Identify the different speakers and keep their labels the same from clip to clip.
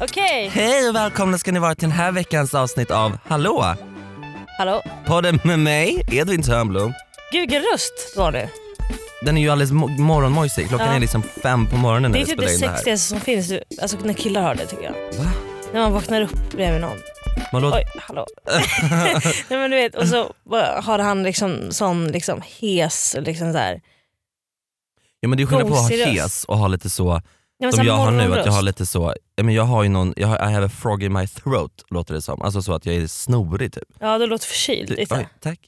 Speaker 1: Okej,
Speaker 2: Hej och välkomna ska ni vara till den här veckans avsnitt av Hallå!
Speaker 1: hallå.
Speaker 2: Podden med mig, Edvin Törnblom.
Speaker 1: Gud vilken röst du har nu.
Speaker 2: Den är ju alldeles mo- morgonmojsig. Klockan
Speaker 1: Ja.
Speaker 2: är liksom fem på morgonen när
Speaker 1: Det är
Speaker 2: vi
Speaker 1: typ
Speaker 2: spelar
Speaker 1: det
Speaker 2: in det här.
Speaker 1: sexigaste som finns, du, alltså när killar har det tycker jag.
Speaker 2: Va?
Speaker 1: När man vaknar upp bredvid någon.
Speaker 2: Man låter...
Speaker 1: Oj, hallå. Nej men du vet, och så bara har han liksom sån liksom hes, liksom såhär.
Speaker 2: Ja men det är skillnad på att ha
Speaker 1: gosig röst.
Speaker 2: hes och ha lite så,
Speaker 1: Ja, men så
Speaker 2: som
Speaker 1: här
Speaker 2: jag har nu, att jag har
Speaker 1: morgonröst.
Speaker 2: lite så, ja, men jag har ju någon, jag har, I have a frog in my throat låter det som. Alltså så att jag är snorig typ.
Speaker 1: Ja du låter förkyld liksom.
Speaker 2: Ty-
Speaker 1: lite.
Speaker 2: Oj, tack.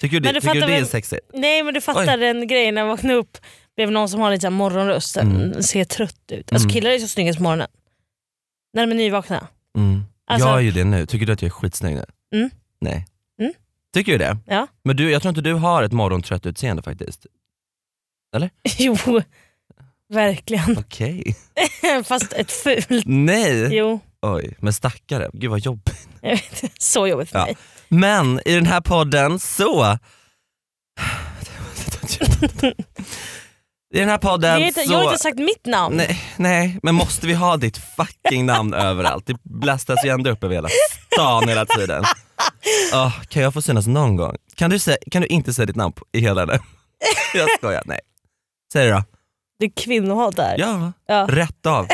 Speaker 2: Tycker du,
Speaker 1: Men du
Speaker 2: det- tycker du
Speaker 1: fattar
Speaker 2: det är
Speaker 1: väl-
Speaker 2: sexigt?
Speaker 1: Nej men du fattar
Speaker 2: Oj.
Speaker 1: den grejen när man vaknar upp bredvid någon som har lite så här morgonröst, mm. ser trött ut. Alltså
Speaker 2: Mm.
Speaker 1: killar är så snygga på morgonen. När de är nyvakna.
Speaker 2: Mm.
Speaker 1: Alltså-
Speaker 2: jag är ju det nu. Tycker du att jag är skitsnygg nu?
Speaker 1: Mm.
Speaker 2: Nej.
Speaker 1: Mm.
Speaker 2: Tycker du det?
Speaker 1: Ja.
Speaker 2: Men du, jag tror inte du har ett morgontrött utseende faktiskt.
Speaker 1: jo, verkligen.
Speaker 2: Okej.
Speaker 1: Fast ett fult.
Speaker 2: Nej!
Speaker 1: Jo,
Speaker 2: Oj, men stackare. Gud vad jobbigt.
Speaker 1: jag vet. Så jobbigt för
Speaker 2: Ja.
Speaker 1: mig.
Speaker 2: Men i den här podden så... I den här podden
Speaker 1: Jag har, inte,
Speaker 2: så...
Speaker 1: jag har inte sagt mitt namn.
Speaker 2: nej, nej, men måste vi ha ditt fucking namn överallt? Det blastas ju ändå upp över hela stan hela tiden. Åh, kan jag få synas någon gång? Kan du, säga, kan du inte säga ditt namn på, i hela den? Jag skojar, nej. Säg det då.
Speaker 1: Det är kvinnohat där.
Speaker 2: Ja,
Speaker 1: Ja.
Speaker 2: rätt av.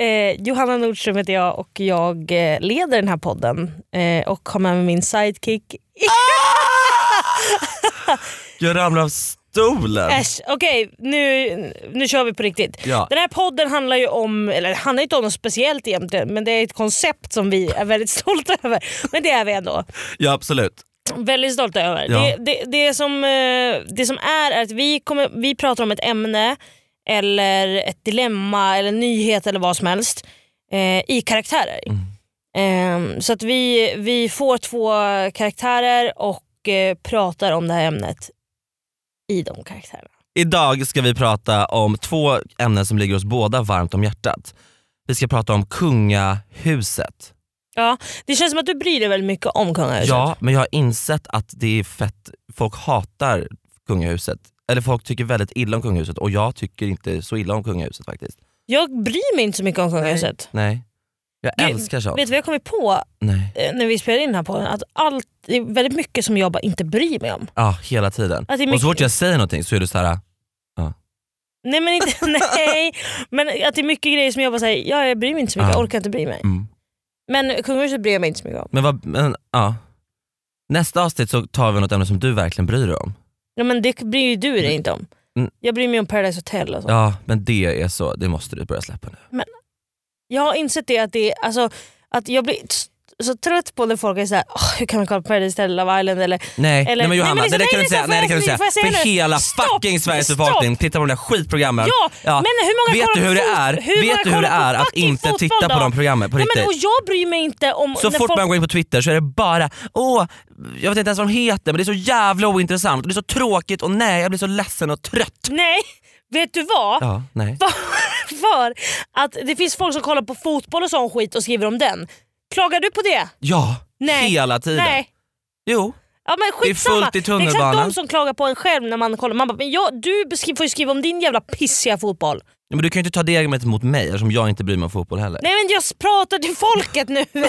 Speaker 1: Eh, Johanna Nordström heter jag och jag eh, leder den här podden eh, och har med mig min sidekick.
Speaker 2: Jag ramlar av stolen.
Speaker 1: Äsch, okej nu, nu kör vi på riktigt.
Speaker 2: Ja.
Speaker 1: Den här podden handlar ju om, eller det handlar inte om något speciellt egentligen men det är ett koncept som vi är väldigt stolta över. Men det är vi ändå.
Speaker 2: Ja absolut.
Speaker 1: Väldigt stolta över.
Speaker 2: Ja.
Speaker 1: Det, det, det, som, eh, det som är är att vi, kommer, vi pratar om ett ämne eller ett dilemma eller en nyhet eller vad som helst eh, i karaktärer.
Speaker 2: Mm.
Speaker 1: Eh, så att vi, vi får två karaktärer och eh, pratar om det här ämnet i de karaktärerna.
Speaker 2: Idag ska vi prata om två ämnen som ligger oss båda varmt om hjärtat. Vi ska prata om kungahuset.
Speaker 1: Ja, det känns som att du bryr dig väldigt mycket om kungahuset.
Speaker 2: Ja, men jag har insett att det är fett, folk hatar kungahuset. Eller folk tycker väldigt illa om kungahuset och jag tycker inte så illa om kungahuset faktiskt.
Speaker 1: Jag bryr mig inte så mycket om kungahuset.
Speaker 2: Nej. Jag
Speaker 1: Du,
Speaker 2: älskar sånt.
Speaker 1: Vet du vad jag kommit på
Speaker 2: Nej.
Speaker 1: eh, när vi spelade in den här podden? Att allt, det är väldigt mycket som jag bara inte bryr mig om.
Speaker 2: Ja, hela tiden.
Speaker 1: Att Alltså, det är
Speaker 2: Och
Speaker 1: mycket-
Speaker 2: så fort jag säger någonting så är det så här.
Speaker 1: Nej men inte, nej. Men att det är mycket grejer som jag bara säger, ja jag bryr mig inte så mycket,
Speaker 2: Ja.
Speaker 1: jag orkar inte bry mig.
Speaker 2: Mm.
Speaker 1: Men kungahuset bryr jag mig inte så mycket om.
Speaker 2: Men vad, men, ja. Nästa avsnitt så tar vi något ämne som du verkligen bryr dig om.
Speaker 1: Ja, men det bryr ju du dig inte om.
Speaker 2: Mm.
Speaker 1: Jag bryr mig om Paradise Hotel och så.
Speaker 2: Ja, men det är så, det måste du börja släppa nu.
Speaker 1: Jag har insett det att, det, alltså, att jag blir t- så trött på när folk är såhär, "Åh, hur kan man kolla på Paradise Hotel Love Island eller
Speaker 2: Nej,
Speaker 1: Eller-
Speaker 2: nej men
Speaker 1: Nej,
Speaker 2: Johanna,
Speaker 1: men liksom,
Speaker 2: det där kan du
Speaker 1: nej,
Speaker 2: inte säga.
Speaker 1: liksom,
Speaker 2: Nej, det kan du
Speaker 1: får
Speaker 2: säga.
Speaker 1: jag- får jag säga
Speaker 2: För
Speaker 1: nu?
Speaker 2: hela
Speaker 1: Stopp!
Speaker 2: fucking Sveriges
Speaker 1: Stopp!
Speaker 2: befolkning tittar på de där skitprogrammen.
Speaker 1: Ja, men hur många
Speaker 2: Vet
Speaker 1: kollar
Speaker 2: du
Speaker 1: på
Speaker 2: hur det
Speaker 1: fot-
Speaker 2: är,
Speaker 1: hur många
Speaker 2: vet du hur det
Speaker 1: kollar
Speaker 2: är
Speaker 1: på
Speaker 2: att
Speaker 1: fucking
Speaker 2: inte
Speaker 1: fotboll
Speaker 2: titta
Speaker 1: då?
Speaker 2: på de programmen på
Speaker 1: Nej, men,
Speaker 2: riktigt?
Speaker 1: och jag bryr mig inte om
Speaker 2: Så
Speaker 1: när
Speaker 2: fort
Speaker 1: folk...
Speaker 2: man går in på Twitter så är det bara åh, jag vet inte ens vad de heter men det är så jävla ointressant och det är så tråkigt och nej jag blir så ledsen och trött.
Speaker 1: Nej, vet du vad?
Speaker 2: Ja, nej.
Speaker 1: För att det finns folk som kollar på fotboll och sån skit och skriver om den. Klagar du på det?
Speaker 2: Ja,
Speaker 1: Nej.
Speaker 2: hela tiden.
Speaker 1: Nej.
Speaker 2: Jo,
Speaker 1: Ja men
Speaker 2: är
Speaker 1: skitsamma.
Speaker 2: fullt i
Speaker 1: det är exakt
Speaker 2: tunnelbanan.
Speaker 1: de som klagar på en själv när man kollar. Man bara, men jag, du beskri- får ju skriva om din jävla pissiga fotboll.
Speaker 2: men du kan ju inte ta det argumentet mot mig eftersom jag inte bryr mig om fotboll heller.
Speaker 1: Nej men jag pratar till folket nu.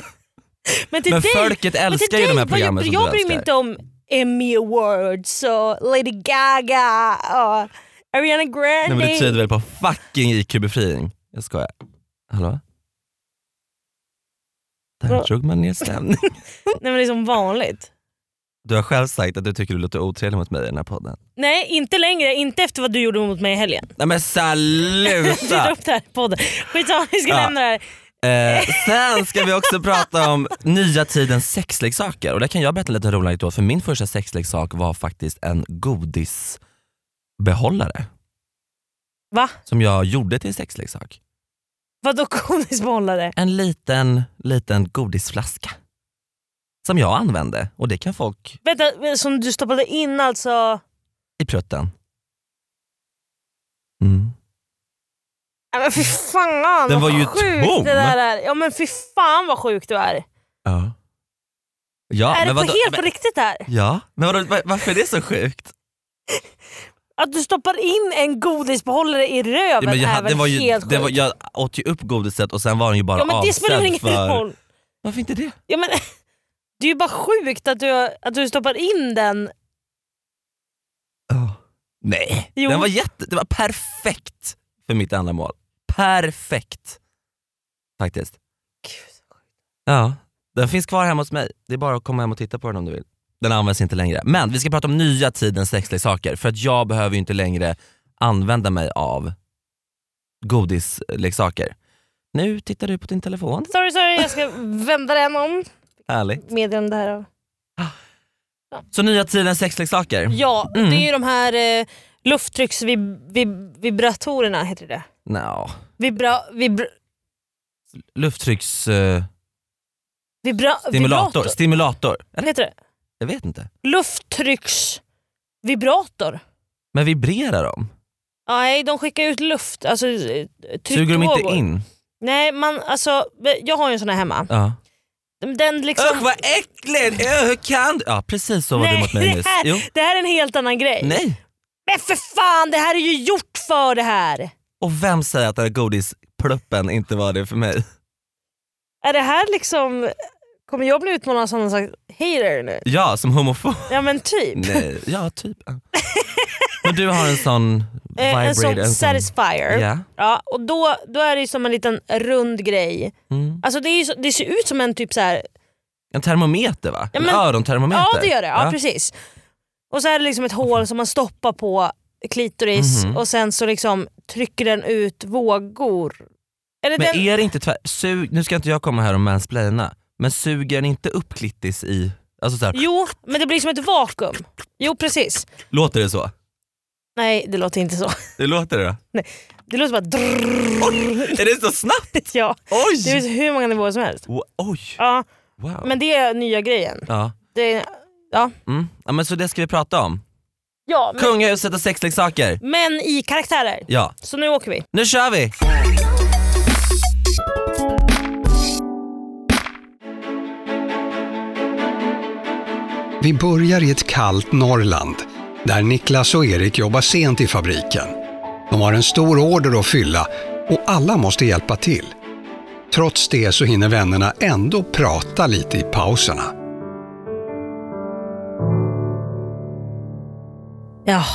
Speaker 1: men till
Speaker 2: Men
Speaker 1: dig,
Speaker 2: folket
Speaker 1: men till
Speaker 2: älskar ju
Speaker 1: dig,
Speaker 2: de
Speaker 1: vad
Speaker 2: här
Speaker 1: jag-
Speaker 2: programmen som
Speaker 1: Jag
Speaker 2: du
Speaker 1: bryr mig
Speaker 2: älskar.
Speaker 1: inte om Emmy Awards och Lady Gaga och Ariana Grande.
Speaker 2: Nej, men det tyder väl på fucking IQ-befrining. Jag skojar. Hallå? Där
Speaker 1: Bra.
Speaker 2: drog man ner stämningen.
Speaker 1: Nej, men det är som vanligt.
Speaker 2: Du har själv sagt att du tycker du låter otrevlig mot mig i den här podden.
Speaker 1: Nej inte längre, inte efter vad du gjorde mot mig i helgen.
Speaker 2: Nej men
Speaker 1: Vi drar
Speaker 2: sluta!
Speaker 1: upp det här i podden. Skitsamma vi ska
Speaker 2: Ja.
Speaker 1: lämna det här.
Speaker 2: eh, sen ska vi också prata om nya tidens sexleksaker. Och där kan jag berätta lite rolig anekdot. För min första sexleksak var faktiskt en godisbehållare.
Speaker 1: Va?
Speaker 2: Som jag gjorde till sexleksak.
Speaker 1: Vadå godisbehållare?
Speaker 2: En liten, liten godisflaska. Som jag använde och det kan folk
Speaker 1: Vänta, eh, som du stoppade in alltså?
Speaker 2: i prutten. Mm.
Speaker 1: Ja, men fy fan
Speaker 2: Den
Speaker 1: vad
Speaker 2: var ju
Speaker 1: sjukt
Speaker 2: tom.
Speaker 1: det där är. Ja men fy fan vad sjuk du är.
Speaker 2: Ja. Ja,
Speaker 1: är det
Speaker 2: men
Speaker 1: på
Speaker 2: vadå,
Speaker 1: helt på
Speaker 2: men,
Speaker 1: riktigt där?
Speaker 2: ja, men vadå, va- varför är det så sjukt?
Speaker 1: Att du stoppar in en godisbehållare i röven
Speaker 2: Ja, men jag,
Speaker 1: är
Speaker 2: hade-
Speaker 1: väl
Speaker 2: den var ju,
Speaker 1: helt
Speaker 2: den var,
Speaker 1: sjukt?
Speaker 2: jag åt ju upp godiset och sen var den ju bara
Speaker 1: Ja men det spelar väl
Speaker 2: avsedd
Speaker 1: ingen
Speaker 2: för...
Speaker 1: roll?
Speaker 2: Varför inte det?
Speaker 1: Ja, men, det är ju bara sjukt att du, att du stoppar in den.
Speaker 2: Nej,
Speaker 1: Jo.
Speaker 2: den var jätte, det var perfekt för mitt ändamål. Perfekt. Faktiskt. Ja, den finns kvar hemma hos mig. Det är bara att komma hem och titta på den om du vill. Den används inte längre. Men vi ska prata om nya tidens sexleksaker för att jag behöver ju inte längre använda mig av godisleksaker. Nu tittar du på din telefon.
Speaker 1: Sorry sorry jag ska vända den om.
Speaker 2: Härligt.
Speaker 1: Meddelande här. av-
Speaker 2: Så nya tidens sexleksaker?
Speaker 1: Ja
Speaker 2: Mm.
Speaker 1: det är ju de här eh, lufttrycksvibratorerna heter det.
Speaker 2: Nja,
Speaker 1: Vibra, vibra,
Speaker 2: lufttrycks... eh,
Speaker 1: vibra,
Speaker 2: stimulator.
Speaker 1: vibrator.
Speaker 2: Stimulator. Eller?
Speaker 1: Heter det?
Speaker 2: Jag vet inte.
Speaker 1: Lufttrycksvibrator.
Speaker 2: Men vibrerar de?
Speaker 1: Nej, de skickar ut luft. Alltså, eh,
Speaker 2: Suger de inte
Speaker 1: tryckvågor.
Speaker 2: in?
Speaker 1: Nej, man, alltså, jag har ju en sån här hemma.
Speaker 2: Ja.
Speaker 1: Den liksom,
Speaker 2: Usch vad äckligt! Öh, hur kan du? Ja precis så var du
Speaker 1: Nej,
Speaker 2: mot mig nyss.
Speaker 1: det här-
Speaker 2: Jo.
Speaker 1: det här är en helt annan grej.
Speaker 2: Nej.
Speaker 1: Men för fan, det här är ju gjort för det här!
Speaker 2: Och vem säger att den här godispluppen inte var det för mig?
Speaker 1: Är det här liksom... Kommer jag bli utmanad som någon slags hater nu?
Speaker 2: Ja, som homofob?
Speaker 1: Ja men typ.
Speaker 2: Nej, ja typ. Ja. Men du har en sån
Speaker 1: Eh,
Speaker 2: vibrator?
Speaker 1: en sån satisfier.
Speaker 2: Ja.
Speaker 1: Ja, och då, då är det ju som en liten rund grej.
Speaker 2: Mm.
Speaker 1: Alltså det, är ju så, det ser ut som en typ så här
Speaker 2: En termometer va?
Speaker 1: Ja,
Speaker 2: En
Speaker 1: men-
Speaker 2: örontermometer?
Speaker 1: Ja det gör det, ja, precis. Och så är det liksom ett hål som man stoppar på klitoris
Speaker 2: Mhm.
Speaker 1: och sen så liksom trycker den ut vågor. Eller
Speaker 2: Men
Speaker 1: den,
Speaker 2: är det inte tvär, sug, nu ska inte jag komma här och mansplaina, men suger den inte upp klittis i, alltså så här,
Speaker 1: Jo men det blir som ett vakuum. Jo precis.
Speaker 2: låter det så?
Speaker 1: Nej det låter inte så.
Speaker 2: Det låter det då?
Speaker 1: Det låter bara drrrr.
Speaker 2: Är det så snabbt?
Speaker 1: Ja. Det
Speaker 2: Oj!
Speaker 1: finns hur många nivåer som helst.
Speaker 2: Wo- Oj!
Speaker 1: Ja,
Speaker 2: Wow.
Speaker 1: men det är nya grejen.
Speaker 2: Ja.
Speaker 1: Det, ja.
Speaker 2: Mm. ja men så det ska vi prata om.
Speaker 1: Ja, men,
Speaker 2: Kungahuset och sexleksaker.
Speaker 1: men i karaktärer.
Speaker 2: Ja,
Speaker 1: Så nu åker vi.
Speaker 2: nu kör vi!
Speaker 3: Vi börjar i ett kallt Norrland, där Niklas och Erik jobbar sent i fabriken. De har en stor order att fylla och alla måste hjälpa till. Trots det så hinner vännerna ändå prata lite i pauserna.
Speaker 1: Ja.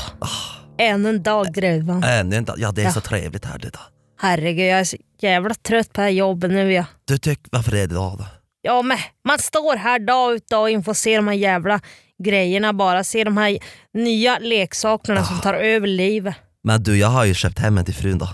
Speaker 1: Ännu en dag gruvan.
Speaker 2: Äh, nej, inte- ja det är
Speaker 1: Ja.
Speaker 2: så trevligt här idag.
Speaker 1: Herregud jag är så jävla trött på det här jobbet nu. Jag.
Speaker 2: Du tycker, varför är det idag då?
Speaker 1: Ja men man står här dag ut dag in får se de här jävla grejerna bara. Se de här nya leksakerna som tar över livet.
Speaker 2: Men du jag har ju köpt hem en till frun då.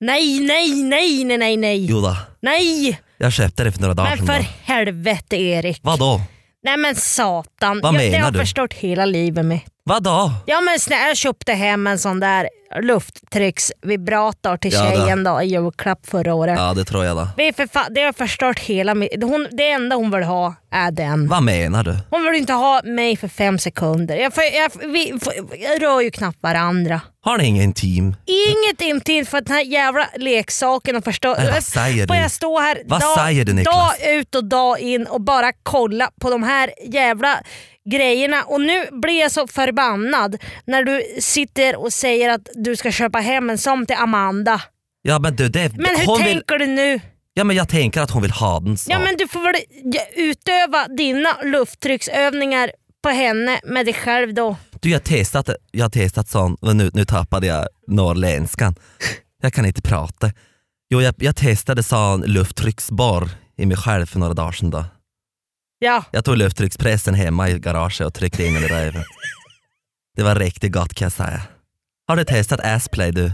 Speaker 1: Nej, nej, nej, nej, nej, nej.
Speaker 2: Jo då.
Speaker 1: Nej!
Speaker 2: jag köpte det för några dagar
Speaker 1: Men
Speaker 2: sedan.
Speaker 1: för
Speaker 2: då.
Speaker 1: helvete Erik.
Speaker 2: Vadå?
Speaker 1: Nej men satan.
Speaker 2: Vad
Speaker 1: jag, det
Speaker 2: menar
Speaker 1: har jag
Speaker 2: du?
Speaker 1: förstört hela livet med.
Speaker 2: Vadå?
Speaker 1: Ja men snälla jag köpte hem en sån där lufttrycksvibrator till
Speaker 2: Ja, det.
Speaker 1: tjejen då, i julklapp förra året.
Speaker 2: Ja det tror jag då.
Speaker 1: Det, är för fa- det har förstört hela mitt... Hon, det enda hon vill ha är den.
Speaker 2: Vad menar du?
Speaker 1: Hon vill inte ha mig för fem sekunder. Jag, får, jag, vi, får, jag rör ju knappt varandra.
Speaker 2: Har ni ingen team?
Speaker 1: Inget intimt för att den här jävla leksaken och förstå...
Speaker 2: Nej, vad säger
Speaker 1: Får
Speaker 2: du?
Speaker 1: jag stå här
Speaker 2: Vad
Speaker 1: dag,
Speaker 2: säger du, Niklas?
Speaker 1: dag ut och dag in och bara kolla på de här jävla grejerna. Och nu blir jag så förbannad när du sitter och säger att du ska köpa hem en sån till Amanda.
Speaker 2: Ja men du det,
Speaker 1: Men hur
Speaker 2: hon vill,
Speaker 1: tänker du nu?
Speaker 2: ja, men jag tänker att hon vill ha den så.
Speaker 1: Ja men du får väl utöva dina lufttrycksövningar på henne med dig själv då.
Speaker 2: Du jag har testat, jag har testat sån, men nu, nu tappade jag norrländskan. Jag kan inte prata. Jo jag, jag testade sån lufttrycksborr i mig själv för några dagar sedan då.
Speaker 1: Ja.
Speaker 2: Jag tog lufttryckspressen hemma i garaget och tryckte in den i röven. Det var riktigt gott kan jag säga. Har du testat Asplay du?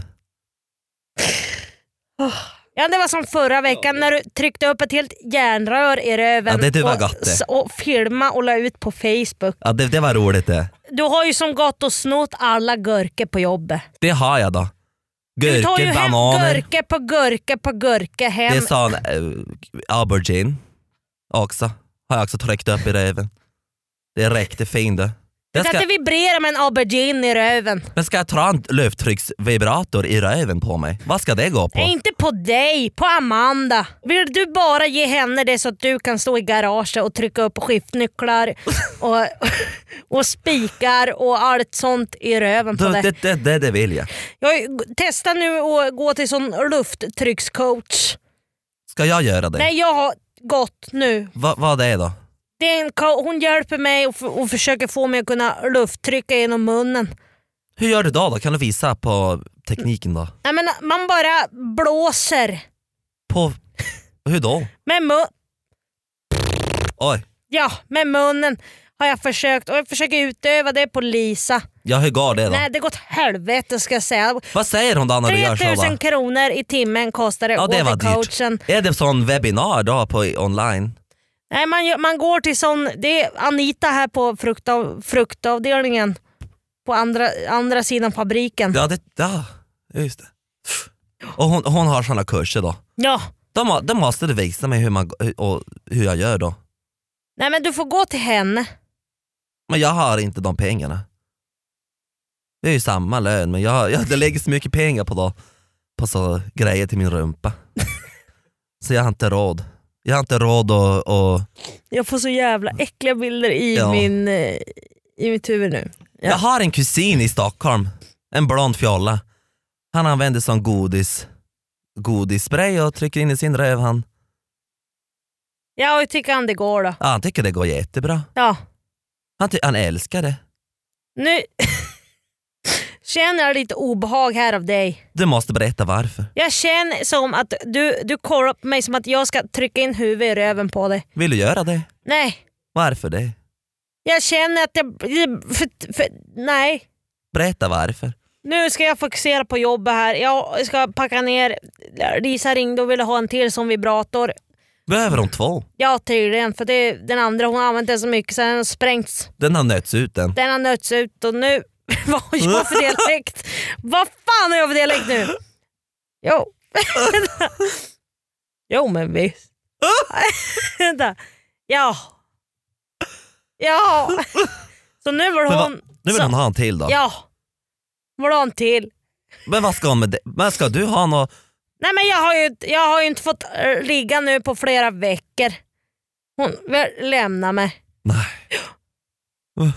Speaker 1: Ja det var som förra veckan när du tryckte upp ett helt järnrör i röven
Speaker 2: Ja, det du var
Speaker 1: och,
Speaker 2: gott det.
Speaker 1: s- och filma och la ut på Facebook.
Speaker 2: Ja det, det var roligt det.
Speaker 1: Du har ju som gått och snott alla gurkor på jobbet.
Speaker 2: Det har jag då.
Speaker 1: Du tar ju
Speaker 2: Gurkor,
Speaker 1: hem
Speaker 2: bananer.
Speaker 1: gurka på gurka på gurka hem.
Speaker 2: Det sa en eh, aubergine också. Har jag också tryckt upp i röven. Det räckte fint det.
Speaker 1: det
Speaker 2: Jag
Speaker 1: ska...
Speaker 2: ska,
Speaker 1: att det vibrerar med en aubergine i röven.
Speaker 2: men ska jag ta en lövtrycksvibrator i röven på mig? Vad ska det gå på?
Speaker 1: Nej, inte på dig, på Amanda. Vill du bara ge henne det så att du kan stå i garaget och trycka upp skiftnycklar och, och spikar och allt sånt i röven på
Speaker 2: Du,
Speaker 1: det.
Speaker 2: det, det, det, det vill jag.
Speaker 1: Jag har ju g- testat nu att gå till sån lufttryckscoach.
Speaker 2: Ska jag göra det?
Speaker 1: Nej jag har gått nu.
Speaker 2: Va, vad är det då?
Speaker 1: Det är en, co- hon hjälper mig och, f- och försöker få mig att kunna lufttrycka genom munnen.
Speaker 2: Hur gör du då? då? Kan du visa på tekniken då?
Speaker 1: Nej, men man bara blåser
Speaker 2: På, hur då?
Speaker 1: med munnen.
Speaker 2: Oj,
Speaker 1: Ja, med munnen har jag försökt och jag försöker utöva det på Lisa.
Speaker 2: ja, hur går det då?
Speaker 1: Nej det går åt helvete ska jag säga.
Speaker 2: Vad säger hon då när du gör så?
Speaker 1: 3000
Speaker 2: Då?
Speaker 1: kronor i timmen kostar det
Speaker 2: Ja
Speaker 1: att
Speaker 2: det
Speaker 1: gå
Speaker 2: var
Speaker 1: till coachen.
Speaker 2: dyrt. Är det sån webbinar då på online?
Speaker 1: Nej, man, gör- man går till sån, det är Anita här på fruktav, fruktavdelningen på andra, andra sidan fabriken. Ja.
Speaker 2: Ja, det, ja just det. Och hon, hon har såna kurser då? De, må- de måste du visa mig hur, man, hur- och hur jag gör då.
Speaker 1: Nej men du får gå till henne.
Speaker 2: Men jag har inte de pengarna. Det är ju samma lön men jag, jag, det lägger så mycket pengar på, då, på så grejer till min rumpa. så jag har inte råd. Jag har inte råd att... att
Speaker 1: Jag får så jävla äckliga bilder i,
Speaker 2: Ja.
Speaker 1: min, eh, i mitt huvud nu. Ja.
Speaker 2: Jag har en kusin i Stockholm, en blond fjolla. Han använder sån godis, godisspray och trycker in i sin röv. Han,
Speaker 1: Ja hur tycker han det går då?
Speaker 2: ja, han tycker det går jättebra.
Speaker 1: Ja,
Speaker 2: Han, ty- han älskar det.
Speaker 1: nu känner jag lite obehag här av dig.
Speaker 2: Du måste berätta varför.
Speaker 1: Jag känner som att du, du kollar på mig som att jag ska trycka in huvudet i röven på dig.
Speaker 2: Vill du göra det?
Speaker 1: Nej,
Speaker 2: Varför det?
Speaker 1: jag känner att jag... För, för, nej.
Speaker 2: Berätta varför.
Speaker 1: Nu ska jag fokusera på jobbet här. Jag ska packa ner. Lisa ringde och ville ha en till som vibrator.
Speaker 2: Behöver hon två?
Speaker 1: Ja tydligen, för det, den andra hon har använt den så mycket så den har sprängts.
Speaker 2: Den har nötts ut den.
Speaker 1: Den har nötts ut och nu... Vad har jag för dialekt? Vad fan har jag för dialekt nu? Jo. jo men visst. Vänta. Ja. Ja. Så nu var
Speaker 2: Men va,
Speaker 1: hon...
Speaker 2: nu vill
Speaker 1: så-
Speaker 2: hon ha en till då.
Speaker 1: Ja. Var hon till.
Speaker 2: Men vad ska hon med det? Men ska du ha något?
Speaker 1: Nej men jag har ju, jag har ju inte fått eh, ligga nu på flera veckor. Hon väl, lämnar mig.
Speaker 2: Nej.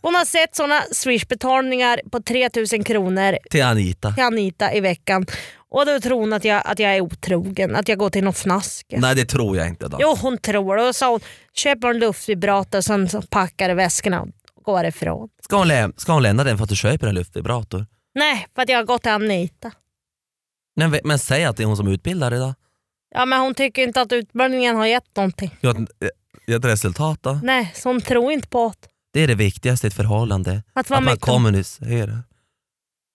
Speaker 1: Hon har sett såna swishbetalningar på 3000 kronor
Speaker 2: Till Anita?
Speaker 1: till Anita i veckan. Och då tror hon att jag, att jag är otrogen, att jag går till någon fnask.
Speaker 2: Nej det tror jag inte då.
Speaker 1: Jo hon tror det. Och sa hon, köper en luftvibrator sen så packar i väskorna och går ifrån.
Speaker 2: Ska hon, lä- ska hon lämna den för att du köper en luftvibrator?
Speaker 1: Nej, för att jag har gått till Anita.
Speaker 2: Men, ve- men säg att det är hon som utbildar dig då.
Speaker 1: Ja men hon tycker inte att utbildningen har gett någonting.
Speaker 2: Jag har ett- eh, Ett resultat då?
Speaker 1: Nej, så hon tror inte på det.
Speaker 2: Det är det viktigaste i ett förhållande.
Speaker 1: Att vara
Speaker 2: Att man
Speaker 1: med-
Speaker 2: kommunicerar.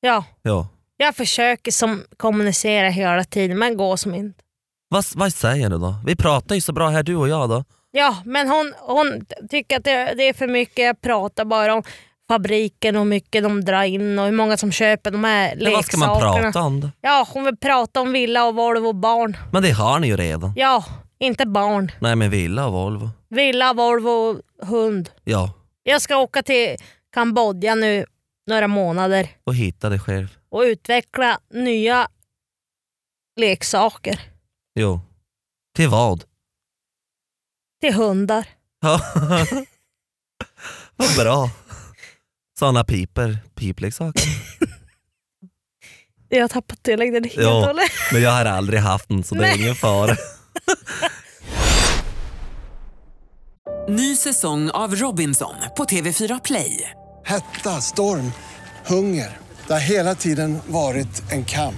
Speaker 1: Ja.
Speaker 2: Ja.
Speaker 1: Jag försöker som kommunicera hela tiden men går som inte.
Speaker 2: Vad, vad säger du då? Vi pratar ju så bra här du och jag då.
Speaker 1: Ja, men hon, hon tycker att det, det är för mycket. Jag pratar bara om fabriken och hur mycket de drar in och hur många som köper de här
Speaker 2: Men vad ska man prata om då?
Speaker 1: Ja, hon vill prata om villa och Volvo och barn.
Speaker 2: Men det har ni ju redan.
Speaker 1: Ja, inte barn.
Speaker 2: Nej men villa och Volvo.
Speaker 1: Villa, Volvo och hund.
Speaker 2: Ja,
Speaker 1: Jag ska åka till Kambodja nu några månader
Speaker 2: och hitta dig själv.
Speaker 1: och utveckla nya leksaker
Speaker 2: Jo. Till vad?
Speaker 1: till hundar.
Speaker 2: Ja. vad bra. Såna piper, pipleksaker.
Speaker 1: Jag har tappat dialekten helt och
Speaker 2: Ja.
Speaker 1: hållet.
Speaker 2: Men jag har aldrig haft en så det är ingen fara.
Speaker 4: Ny säsong av Robinson på TV4 Play.
Speaker 5: Hetta, storm, hunger. Det har hela tiden varit en kamp.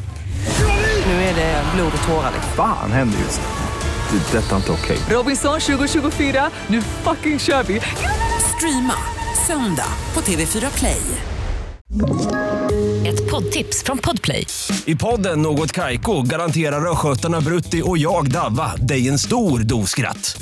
Speaker 4: Nu är det blod och tårar. liksom.
Speaker 6: Fan händer just det. Det är detta inte okej.
Speaker 4: Robinson 2024, nu fucking kör vi! Streama söndag på TV4 Play.
Speaker 7: Ett poddtips från Podplay.
Speaker 8: I podden Något Kaiko garanterar östgötarna Brutti och jag, Davva, dig en stor dos skratt.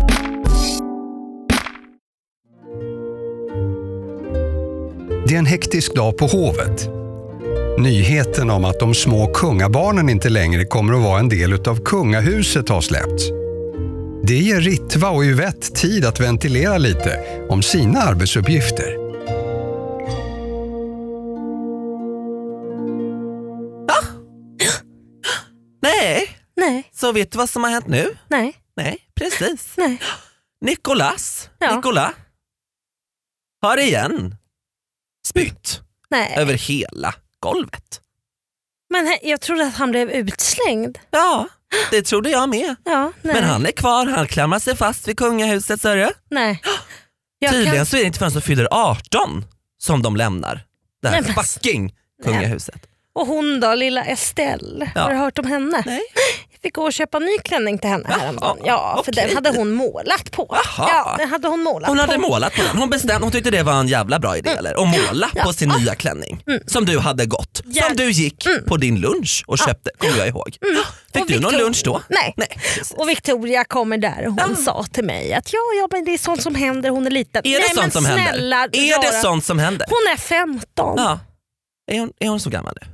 Speaker 3: Det är en hektisk dag på hovet. Nyheten om att de små kungabarnen inte längre kommer att vara en del utav kungahuset har släppts. Det ger Ritva och Yvette tid att ventilera lite om sina arbetsuppgifter.
Speaker 2: Nej,
Speaker 1: Nej,
Speaker 2: så vet du vad som har hänt nu?
Speaker 1: nej,
Speaker 2: Nej, precis.
Speaker 1: nej.
Speaker 2: Nicolas,
Speaker 1: Ja.
Speaker 2: Nicola, har igen spytt
Speaker 1: nej.
Speaker 2: över hela golvet.
Speaker 1: Men he- jag trodde att han blev utslängd.
Speaker 2: Ja, det trodde jag med.
Speaker 1: Ja, nej.
Speaker 2: Men han är kvar, han klamrar sig fast vid kungahuset. Sörje.
Speaker 1: nej. Jag
Speaker 2: Tydligen
Speaker 1: kan-
Speaker 2: så är det inte förrän de fyller 18 som de lämnar det här
Speaker 1: Nej, men-
Speaker 2: fucking kungahuset.
Speaker 1: Och hon då, lilla Estelle.
Speaker 2: Ja.
Speaker 1: Har du hört om henne?
Speaker 2: Nej.
Speaker 1: Jag fick gå och köpa en ny klänning till henne häromdagen. Ja, för
Speaker 2: okej.
Speaker 1: den hade hon målat på.
Speaker 2: Jaha.
Speaker 1: Ja, den hade hon målat
Speaker 2: Hon
Speaker 1: på.
Speaker 2: hade målat på den, hon, bestämde, hon tyckte det var en jävla bra
Speaker 1: Mm.
Speaker 2: idé eller? Att måla på sin nya klänning som du hade gått.
Speaker 1: Ja.
Speaker 2: Som du gick
Speaker 1: Mm.
Speaker 2: på din lunch och köpte, kommer jag ihåg. Fick
Speaker 1: Och
Speaker 2: du någon
Speaker 1: Victor-
Speaker 2: lunch då?
Speaker 1: Nej.
Speaker 2: Nej. precis. Ah.
Speaker 1: Och Victoria kommer där och hon sa till mig att ja, ja men det är sånt som händer, hon är liten.
Speaker 2: Är det
Speaker 1: Nej, men
Speaker 2: sånt som händer?
Speaker 1: snälla,
Speaker 2: Är det
Speaker 1: rara-
Speaker 2: sånt som händer?
Speaker 1: Hon är 15. Ja.
Speaker 2: Ja. Är, hon, är hon så gammal nu?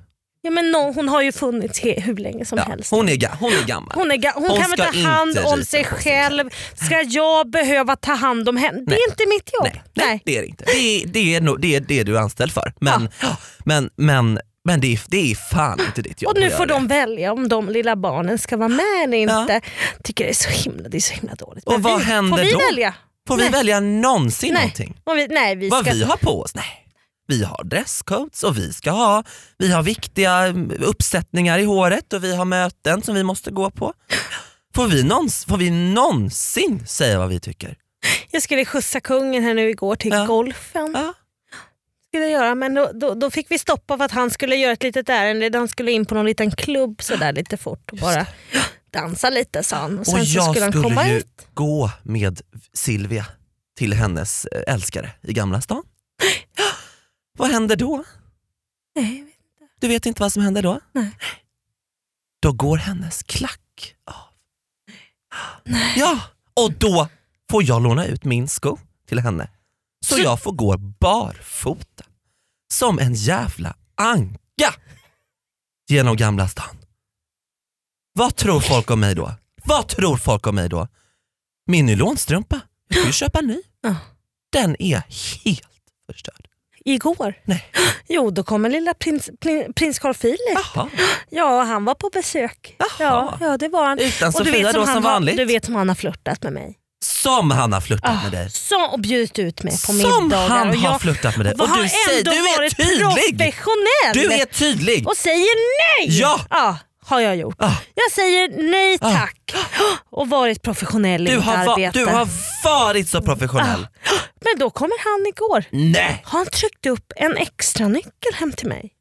Speaker 1: men no, hon har ju funnits he- hur länge som
Speaker 2: Ja.
Speaker 1: helst.
Speaker 2: Hon, är ga- hon är gammal.
Speaker 1: Hon, är ga- hon,
Speaker 2: Hon
Speaker 1: kan väl
Speaker 2: ska
Speaker 1: ta hand
Speaker 2: inte
Speaker 1: om
Speaker 2: rita
Speaker 1: sig
Speaker 2: på sin
Speaker 1: själv. Ska jag behöva ta hand om henne? Det är inte mitt jobb.
Speaker 2: Nej, nej, det är det inte. Det är det, är nog- det, är det du är anställd för. Men, men, men, men det, är, det är fan inte ditt jobb
Speaker 1: Och nu
Speaker 2: att
Speaker 1: får
Speaker 2: göra
Speaker 1: de välja om de lilla barnen ska vara med eller
Speaker 2: Ja.
Speaker 1: inte. Tycker det är så himla, det är så himla dåligt.
Speaker 2: Och vad
Speaker 1: vi,
Speaker 2: händer
Speaker 1: får vi
Speaker 2: då?
Speaker 1: välja?
Speaker 2: det. Får vi
Speaker 1: Nej.
Speaker 2: välja någonsin
Speaker 1: Nej.
Speaker 2: någonting?
Speaker 1: Om vi, nej, vi
Speaker 2: Vad
Speaker 1: ska,
Speaker 2: vi har på oss? Nej. Vi har dresscodes och vi ska ha, vi har viktiga mm, uppsättningar i håret och vi har möten som vi måste gå på. Får vi, någons, får vi någonsin säga vad vi tycker?
Speaker 1: Jag skulle skjutsa kungen här nu igår till
Speaker 2: Ja.
Speaker 1: golfen.
Speaker 2: Ja.
Speaker 1: Skulle jag göra, men då, då, då fick vi stoppa för att han skulle göra ett litet ärende. där Han skulle in på någon liten klubb sådär lite fort och bara dansa lite sa han. Och sen
Speaker 2: Och
Speaker 1: så
Speaker 2: jag
Speaker 1: skulle han
Speaker 2: skulle,
Speaker 1: komma
Speaker 2: ju
Speaker 1: ut.
Speaker 2: gå med Silvia till hennes eh, älskare i Gamla stan. vad händer då?
Speaker 1: Nej, jag vet.
Speaker 2: Du vet inte vad som händer då?
Speaker 1: Nej.
Speaker 2: Då går hennes klack av. Ja, och då får jag låna ut min sko till henne. Så,
Speaker 1: Så-
Speaker 2: jag får gå barfota. Som en jävla anka. Genom Gamla stan. Vad tror folk om mig då? Vad tror folk om mig då? Min nylonstrumpa, jag får ju köpa en ny.
Speaker 1: Ja.
Speaker 2: Den är helt förstörd.
Speaker 1: Igår?
Speaker 2: Nej.
Speaker 1: Jo, då kommer lilla prins, plin- prins Carl Philip.
Speaker 2: Jaha.
Speaker 1: Ja, han var på besök. Ja, ja, det var han.
Speaker 2: Utan
Speaker 1: Och du
Speaker 2: Sofia
Speaker 1: vet,
Speaker 2: då som
Speaker 1: han har,
Speaker 2: vanligt.
Speaker 1: du vet som han har flörtat med mig.
Speaker 2: Som han har flörtat
Speaker 1: Ah,
Speaker 2: med dig.
Speaker 1: Så, och bjudit ut mig på
Speaker 2: Som
Speaker 1: middagar.
Speaker 2: han
Speaker 1: och
Speaker 2: har
Speaker 1: jag-
Speaker 2: flörtat med dig.
Speaker 1: Vad
Speaker 2: Och
Speaker 1: har
Speaker 2: du säger,
Speaker 1: ändå
Speaker 2: du är
Speaker 1: varit
Speaker 2: tydlig!
Speaker 1: professionell.
Speaker 2: Du är tydlig!
Speaker 1: och säger nej.
Speaker 2: Ja.
Speaker 1: har jag gjort.
Speaker 2: Ah.
Speaker 1: Jag säger nej
Speaker 2: Ah.
Speaker 1: tack och varit professionell i
Speaker 2: Du
Speaker 1: mitt
Speaker 2: har, va-
Speaker 1: arbete.
Speaker 2: du har varit så professionell.
Speaker 1: Ah. Men då kommer han igår.
Speaker 2: Nej!
Speaker 1: Har han tryckt upp en extra nyckel hem till mig?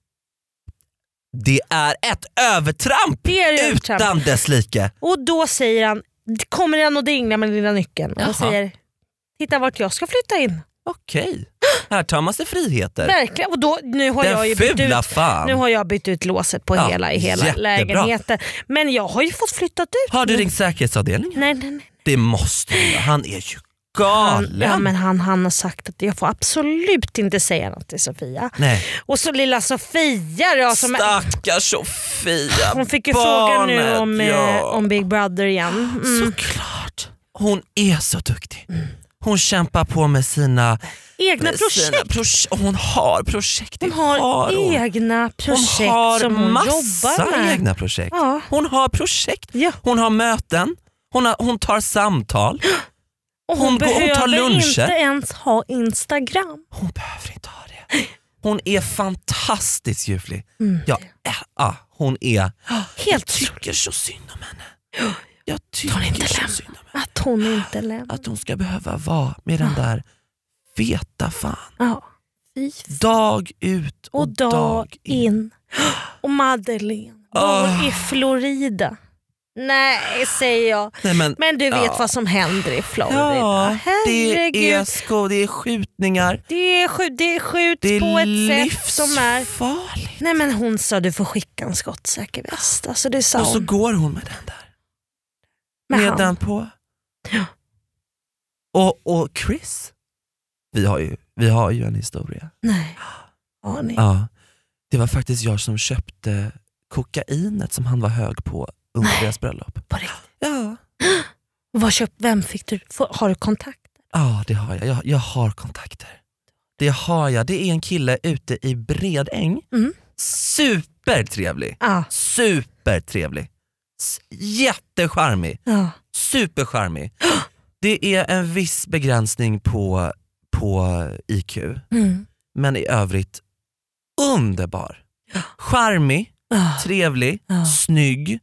Speaker 2: Det är ett övertramp
Speaker 1: Det är ett
Speaker 2: utan
Speaker 1: övertramp.
Speaker 2: dess like.
Speaker 1: Och då säger han, kommer han och dinglar med den lilla nyckeln
Speaker 2: Jaha.
Speaker 1: och säger Titta vart jag ska flytta in.
Speaker 2: Okej, här tar man sig friheter.
Speaker 1: Verkligen. Och då, nu har jag ju
Speaker 2: Den
Speaker 1: bytt ut
Speaker 2: fula fan.
Speaker 1: Nu har jag bytt ut låset på
Speaker 2: Ja,
Speaker 1: hela, i hela
Speaker 2: jättebra.
Speaker 1: lägenheten. Men jag har ju fått flyttat ut.
Speaker 2: Har du
Speaker 1: nu.
Speaker 2: ringt säkerhetsavdelningen?
Speaker 1: Nej, nej, nej.
Speaker 2: Det måste du göra. Han är ju
Speaker 1: Han, ja,
Speaker 2: galen.
Speaker 1: men han, han har sagt att jag får absolut inte säga något till Sofia.
Speaker 2: Nej.
Speaker 1: Och så lilla Sofia då, som
Speaker 2: Stackars Sofia,
Speaker 1: alltså, hon fick ju fråga
Speaker 2: barnet.
Speaker 1: nu om, eh,
Speaker 2: ja. Ah,
Speaker 1: om Big Brother igen. Mm.
Speaker 2: Såklart. Hon är så duktig. Hon kämpar på med sina
Speaker 1: Egna
Speaker 2: med sina
Speaker 1: projekt.
Speaker 2: proje- och hon har projekt.
Speaker 1: Hon
Speaker 2: det
Speaker 1: har,
Speaker 2: hon.
Speaker 1: egna projekt
Speaker 2: hon har
Speaker 1: som hon
Speaker 2: massa
Speaker 1: jobbar med.
Speaker 2: egna projekt.
Speaker 1: Ja.
Speaker 2: Hon har projekt,
Speaker 1: Ja.
Speaker 2: hon har möten, hon, har, hon tar samtal.
Speaker 1: Och hon,
Speaker 2: Hon går- hon
Speaker 1: behöver
Speaker 2: tar luncher.
Speaker 1: inte ens ha Instagram.
Speaker 2: Hon behöver inte ha det. Hon är fantastiskt ljuvlig. Ja, äh, ah, hon är... Jag
Speaker 1: Mm. Helt
Speaker 2: tycker så synd om henne. Jag tycker
Speaker 1: inte
Speaker 2: så
Speaker 1: lämna.
Speaker 2: synd om henne.
Speaker 1: Att hon inte lämnar.
Speaker 2: Att hon ska behöva vara med den där feta fan.
Speaker 1: Ja. Fy
Speaker 2: Dag ut och,
Speaker 1: och dag in. Och Madeleine var
Speaker 2: Ah.
Speaker 1: i Florida. Nej säger jag.
Speaker 2: Nej, men-
Speaker 1: men du vet
Speaker 2: ja.
Speaker 1: vad som händer i Florida.
Speaker 2: Ja,
Speaker 1: Herregud.
Speaker 2: det är, sko, det är skjutningar,
Speaker 1: Det är, skjut, det är skjuts
Speaker 2: det
Speaker 1: på
Speaker 2: är
Speaker 1: ett sätt som är...
Speaker 2: livsfarligt.
Speaker 1: Nej men hon sa du får skicka en skottsäker väst. Alltså det sa
Speaker 2: Och så
Speaker 1: hon.
Speaker 2: går hon med den där.
Speaker 1: Med
Speaker 2: med
Speaker 1: han.
Speaker 2: den på. Och, och Chris, vi har, ju, vi har ju en historia.
Speaker 1: Nej. Har ni?
Speaker 2: Ja. Det var faktiskt jag som köpte kokainet som han var hög på under deras bröllop.
Speaker 1: På riktigt.
Speaker 2: Ja,
Speaker 1: Vad köp, vem fick du? Få- Har du kontakt?
Speaker 2: ja det har jag. jag. Jag har kontakter. Det har jag. Det är en kille ute i Bredäng.
Speaker 1: Mm.
Speaker 2: Supertrevlig.
Speaker 1: Ja.
Speaker 2: Supertrevlig. S- Jättecharmig.
Speaker 1: ja.
Speaker 2: supercharmig. Det är en viss begränsning på, på IQ,
Speaker 1: Mm.
Speaker 2: men i övrigt underbar. Charmig,
Speaker 1: ja.
Speaker 2: trevlig,
Speaker 1: Ja.
Speaker 2: snygg.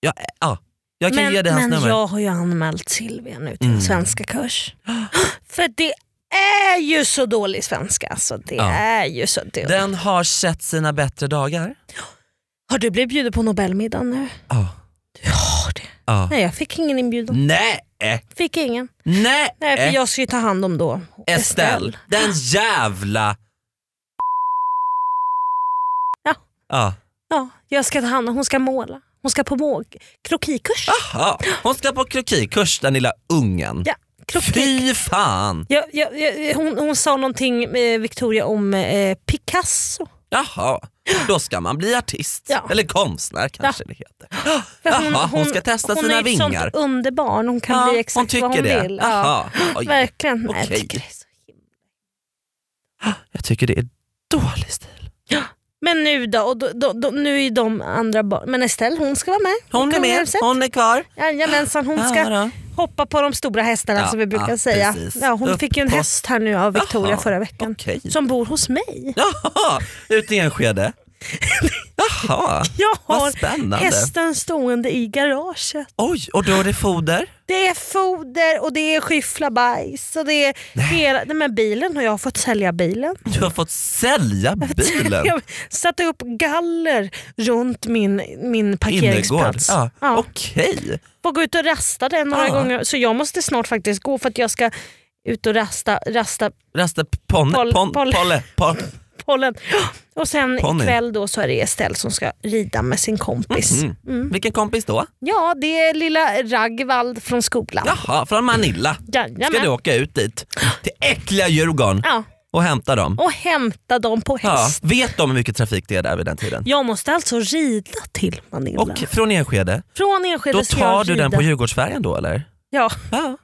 Speaker 2: Ja, ja, jag kan
Speaker 1: men
Speaker 2: ge dig hans
Speaker 1: men
Speaker 2: nummer.
Speaker 1: jag har ju anmält Silvia nu till
Speaker 2: Mm. Ah.
Speaker 1: svenska kurs. För det är ju så dålig svenska. Alltså, det
Speaker 2: Ja.
Speaker 1: är ju så dåligt.
Speaker 2: Den har sett sina bättre dagar.
Speaker 1: Har du blivit bjuden på Nobelmiddag nu?
Speaker 2: Ja,
Speaker 1: Ja, det.
Speaker 2: ja. Mm.
Speaker 1: Nej, jag fick ingen inbjudan.
Speaker 2: Nej,
Speaker 1: Fick ingen.
Speaker 2: nej,
Speaker 1: Nej, för jag ska ju ta hand om då
Speaker 2: Estelle. Den jävla...
Speaker 1: Ja.
Speaker 2: ja.
Speaker 1: Ja, jag ska ta hand om, hon ska måla. Hon ska på måg, krokikurs.
Speaker 2: Ja, hon ska på krokikurs den lilla ungen.
Speaker 1: Ja, krokik.
Speaker 2: Fy fan!
Speaker 1: Ja, ja, ja, hon, hon sa någonting, eh, Victoria, om eh, Picasso.
Speaker 2: Jaha, då ska man bli artist.
Speaker 1: Ja.
Speaker 2: Eller konstnär kanske det heter.
Speaker 1: För
Speaker 2: Jaha, hon ska testa
Speaker 1: hon
Speaker 2: sina
Speaker 1: är
Speaker 2: vingar.
Speaker 1: ett sånt underbarn, hon kan
Speaker 2: Ja,
Speaker 1: bli exakt
Speaker 2: hon tycker
Speaker 1: vad hon
Speaker 2: det.
Speaker 1: vill.
Speaker 2: Jaha. Oj.
Speaker 1: Verkligen. Nej, jag
Speaker 2: Okej.
Speaker 1: tycker det är så himla-
Speaker 2: Jag tycker det är dålig stil.
Speaker 1: Men nu då, och då, då, då nu är de andra barn. Men Estelle hon ska vara med.
Speaker 2: Hon är
Speaker 1: kommer
Speaker 2: med,
Speaker 1: göra sig.
Speaker 2: hon är kvar.
Speaker 1: Jajamensan, hon ska
Speaker 2: Ja, då.
Speaker 1: hoppa på de stora hästarna
Speaker 2: Ja,
Speaker 1: som vi brukar
Speaker 2: ja,
Speaker 1: säga.
Speaker 2: precis.
Speaker 1: Ja, hon
Speaker 2: Upp
Speaker 1: fick ju en
Speaker 2: på-
Speaker 1: häst här nu av Victoria
Speaker 2: Jaha,
Speaker 1: förra veckan.
Speaker 2: okej.
Speaker 1: Som bor hos mig.
Speaker 2: Jaha, ut i en skede. Jaha,
Speaker 1: Jag
Speaker 2: vad
Speaker 1: har
Speaker 2: spännande.
Speaker 1: hästen stående i garaget.
Speaker 2: Oj, och då är det foder.
Speaker 1: Det är foder och det är skyffla bajs och det är hela, nej men bilen och jag har fått sälja bilen.
Speaker 2: Du har fått sälja bilen.
Speaker 1: Jag satte upp galler runt min, min
Speaker 2: Innergård.
Speaker 1: parkeringsplats.
Speaker 2: Ja.
Speaker 1: Ja.
Speaker 2: Okej,
Speaker 1: Får gå ut och rasta den några
Speaker 2: Ja.
Speaker 1: gånger. Så jag måste snart faktiskt gå för att jag ska ut och rasta, rasta
Speaker 2: rasta ponne,
Speaker 1: Pol-
Speaker 2: pon,
Speaker 1: pol-
Speaker 2: polle, pon.
Speaker 1: pollen. Och sen
Speaker 2: Pony.
Speaker 1: ikväll då så är det Estelle som ska rida med sin kompis.
Speaker 2: Mm. Vilken kompis då?
Speaker 1: Ja, det är lilla Ragvald från skolan.
Speaker 2: Jaha, från Manila.
Speaker 1: Jajamän.
Speaker 2: Ska du åka ut dit? Till äckliga Djurgården
Speaker 1: Ja,
Speaker 2: och hämta dem?
Speaker 1: och hämta dem på
Speaker 2: Ja.
Speaker 1: häst.
Speaker 2: Vet de hur mycket trafik det är där vid den tiden?
Speaker 1: Jag måste alltså rida till Manila.
Speaker 2: Och från Enskede,
Speaker 1: Från
Speaker 2: då
Speaker 1: Enskede ska
Speaker 2: tar
Speaker 1: jag
Speaker 2: du
Speaker 1: rida.
Speaker 2: den på Djurgårdsfärjan då eller?
Speaker 1: Ja.
Speaker 2: Ja.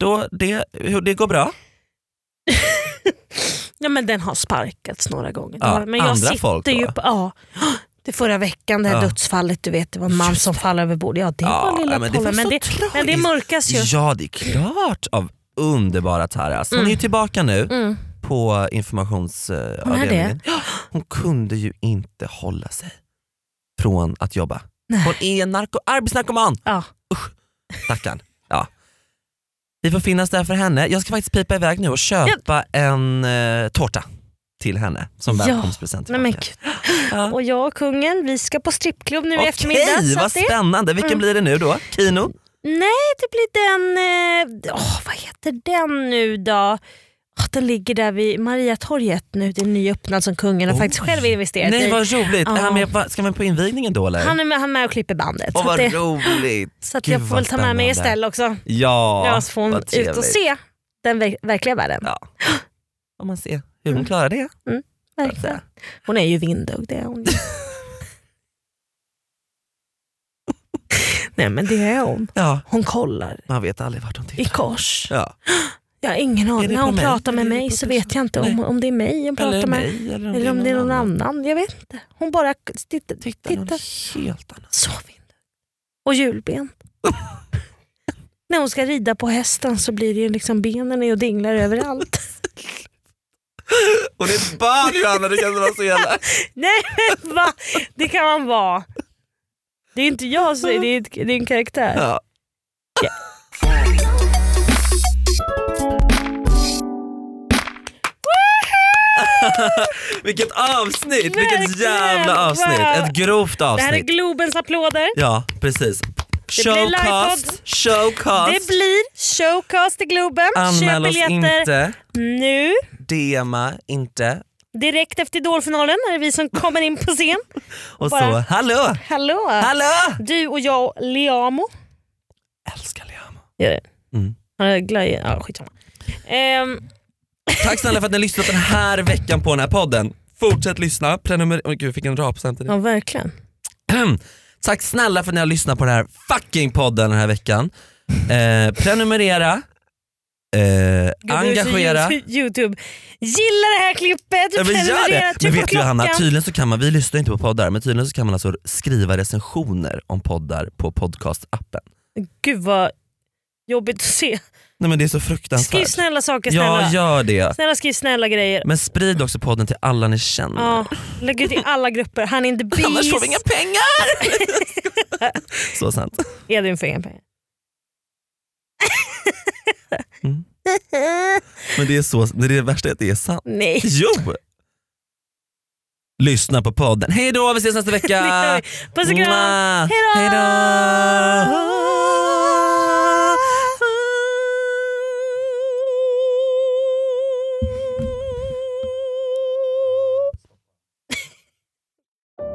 Speaker 2: Då, det, hur- det går bra?
Speaker 1: ja, men den har sparkats några gånger.
Speaker 2: Ja,
Speaker 1: men jag
Speaker 2: andra
Speaker 1: sitter
Speaker 2: folk då?
Speaker 1: ju på, ja. Det förra veckan, det här
Speaker 2: Ja.
Speaker 1: dödsfallet, du vet det var en man som faller över bord. Ja, det var lilla
Speaker 2: nej,
Speaker 1: men
Speaker 2: det
Speaker 1: pollen.
Speaker 2: var
Speaker 1: Men
Speaker 2: så
Speaker 1: det,
Speaker 2: tragiskt.
Speaker 1: men det mörkas ju.
Speaker 2: Ja, det är klart av underbara Taras. Hon är ju tillbaka nu
Speaker 1: Mm.
Speaker 2: på informationsavdelningen. Hon kunde ju inte hålla sig från att jobba.
Speaker 1: Nej.
Speaker 2: Hon är en narko- arbetsnarkoman.
Speaker 1: Ja.
Speaker 2: Stackarn. Ja. Vi får finnas där för henne. Jag ska faktiskt pipa iväg nu och köpa en eh, tårta till henne som
Speaker 1: Ja.
Speaker 2: välkomstpresent
Speaker 1: Nej, men
Speaker 2: tillbaka.
Speaker 1: gud. Och jag och kungen, vi ska på strippklubb nu i eftermiddag.
Speaker 2: Okej,
Speaker 1: så
Speaker 2: vad
Speaker 1: att det,
Speaker 2: spännande. Vilken
Speaker 1: Mm.
Speaker 2: blir det nu då? Kino?
Speaker 1: nej, det blir den... Eh, åh, vad heter den nu då? Åh, den ligger där vid Mariatorget nu. Det är nyöppnad som kungen har faktiskt
Speaker 2: Oj.
Speaker 1: själv investerat
Speaker 2: Nej
Speaker 1: i.
Speaker 2: vad roligt.
Speaker 1: Ja.
Speaker 2: Är han med på, ska man på invigningen då eller?
Speaker 1: Han är med, han är med och klipper bandet.
Speaker 2: Åh
Speaker 1: så att
Speaker 2: vad
Speaker 1: det,
Speaker 2: roligt.
Speaker 1: så att
Speaker 2: Gud,
Speaker 1: jag får
Speaker 2: vad
Speaker 1: väl ta med mig
Speaker 2: spännande.
Speaker 1: Estelle också.
Speaker 2: Ja,
Speaker 1: Ja, så får hon
Speaker 2: vad
Speaker 1: ut och
Speaker 2: trevligt.
Speaker 1: se den ver- verkliga världen.
Speaker 2: Ja. Om man ser hur hon klarar det.
Speaker 1: verkligen. Hon är ju vindögd, det är hon ju. Nej men det är hon.
Speaker 2: Ja,
Speaker 1: Hon kollar
Speaker 2: man vet aldrig vart hon
Speaker 1: i
Speaker 2: tittar.
Speaker 1: kors.
Speaker 2: Ja.
Speaker 1: Jag har ingen aning.
Speaker 2: det
Speaker 1: När
Speaker 2: på
Speaker 1: hon
Speaker 2: mig?
Speaker 1: pratar med
Speaker 2: Eller är det
Speaker 1: mig
Speaker 2: på
Speaker 1: så
Speaker 2: person?
Speaker 1: vet jag inte om,
Speaker 2: Nej.
Speaker 1: om det är mig hon pratar
Speaker 2: Eller
Speaker 1: med.
Speaker 2: mig, eller om,
Speaker 1: eller om det är någon annan. Jag vet inte. Hon bara k- tittar.
Speaker 2: Tittar någon
Speaker 1: tittar.
Speaker 2: helt annan.
Speaker 1: Så vindögd. Och julben. När hon ska rida på hästen så blir det ju liksom benen är och dinglar överallt.
Speaker 2: Och det är ett barn Johanna, det kan inte vara så jävla...
Speaker 1: Nej men va? Det kan man vara. Det är inte jag som är det, är ett- det är en karaktär.
Speaker 2: Ja. Vilket avsnitt! Vilket
Speaker 1: Verkligen,
Speaker 2: jävla avsnitt!
Speaker 1: wow.
Speaker 2: Ett grovt
Speaker 1: Det här är
Speaker 2: avsnitt.
Speaker 1: Globens applåder.
Speaker 2: Ja, precis.
Speaker 1: blir
Speaker 2: Showcast,
Speaker 1: livepodd. Det
Speaker 2: showcast.
Speaker 1: blir showcast i Globen. Köp
Speaker 2: Anmäl oss
Speaker 1: biljetter
Speaker 2: inte,
Speaker 1: nu.
Speaker 2: DMa inte
Speaker 1: Direkt efter idolfinalen är det vi som kommer in på scen.
Speaker 2: och så
Speaker 1: Bara-
Speaker 2: hallå!
Speaker 1: Hallå!
Speaker 2: Hallå!
Speaker 1: Du och jag och Liamo.
Speaker 2: Älskar Liam.
Speaker 1: Gör det.
Speaker 2: Mm.
Speaker 1: Han är glad i- Ja, skitsamma. Ehm,
Speaker 2: Tack snälla för att ni har lyssnat den här veckan på den här podden. Fortsätt lyssna, prenumerera... Oj gud, jag fick en rap samtidigt.
Speaker 1: ja, verkligen.
Speaker 2: Tack snälla för att ni har lyssnat på den här fucking podden den här veckan. Eh, prenumerera, eh,
Speaker 1: Gud, du är så
Speaker 2: engagera.
Speaker 1: ljus- Youtube. Gilla det här klippet,
Speaker 2: Ja, men gör
Speaker 1: prenumerera,
Speaker 2: det. Men
Speaker 1: tryck på
Speaker 2: vet du typ-
Speaker 1: klockan.
Speaker 2: Hanna, tydligen så kan man, vi lyssnar inte på poddar, men tydligen så kan man alltså skriva recensioner om poddar på podcastappen.
Speaker 1: Gud vad jobbigt att se.
Speaker 2: Nej men det är så
Speaker 1: Skriv
Speaker 2: fruktansvärt.
Speaker 1: snälla saker snälla.
Speaker 2: Ja, gör det.
Speaker 1: Snälla skriv snälla grejer.
Speaker 2: Men sprid också podden till alla ni känner.
Speaker 1: Ja, lägg ut i alla grupper. Han är inte beast.
Speaker 2: Annars får vi inga pengar! så sant.
Speaker 1: Edvin får inga pengar.
Speaker 2: Men det är så, det, är det värsta är att det är sant.
Speaker 1: Nej.
Speaker 2: Jo! Lyssna på podden. Hej då, vi ses nästa vecka!
Speaker 1: Det gör vi. Puss och kram.
Speaker 2: Mua.
Speaker 1: Hej då!
Speaker 2: Hej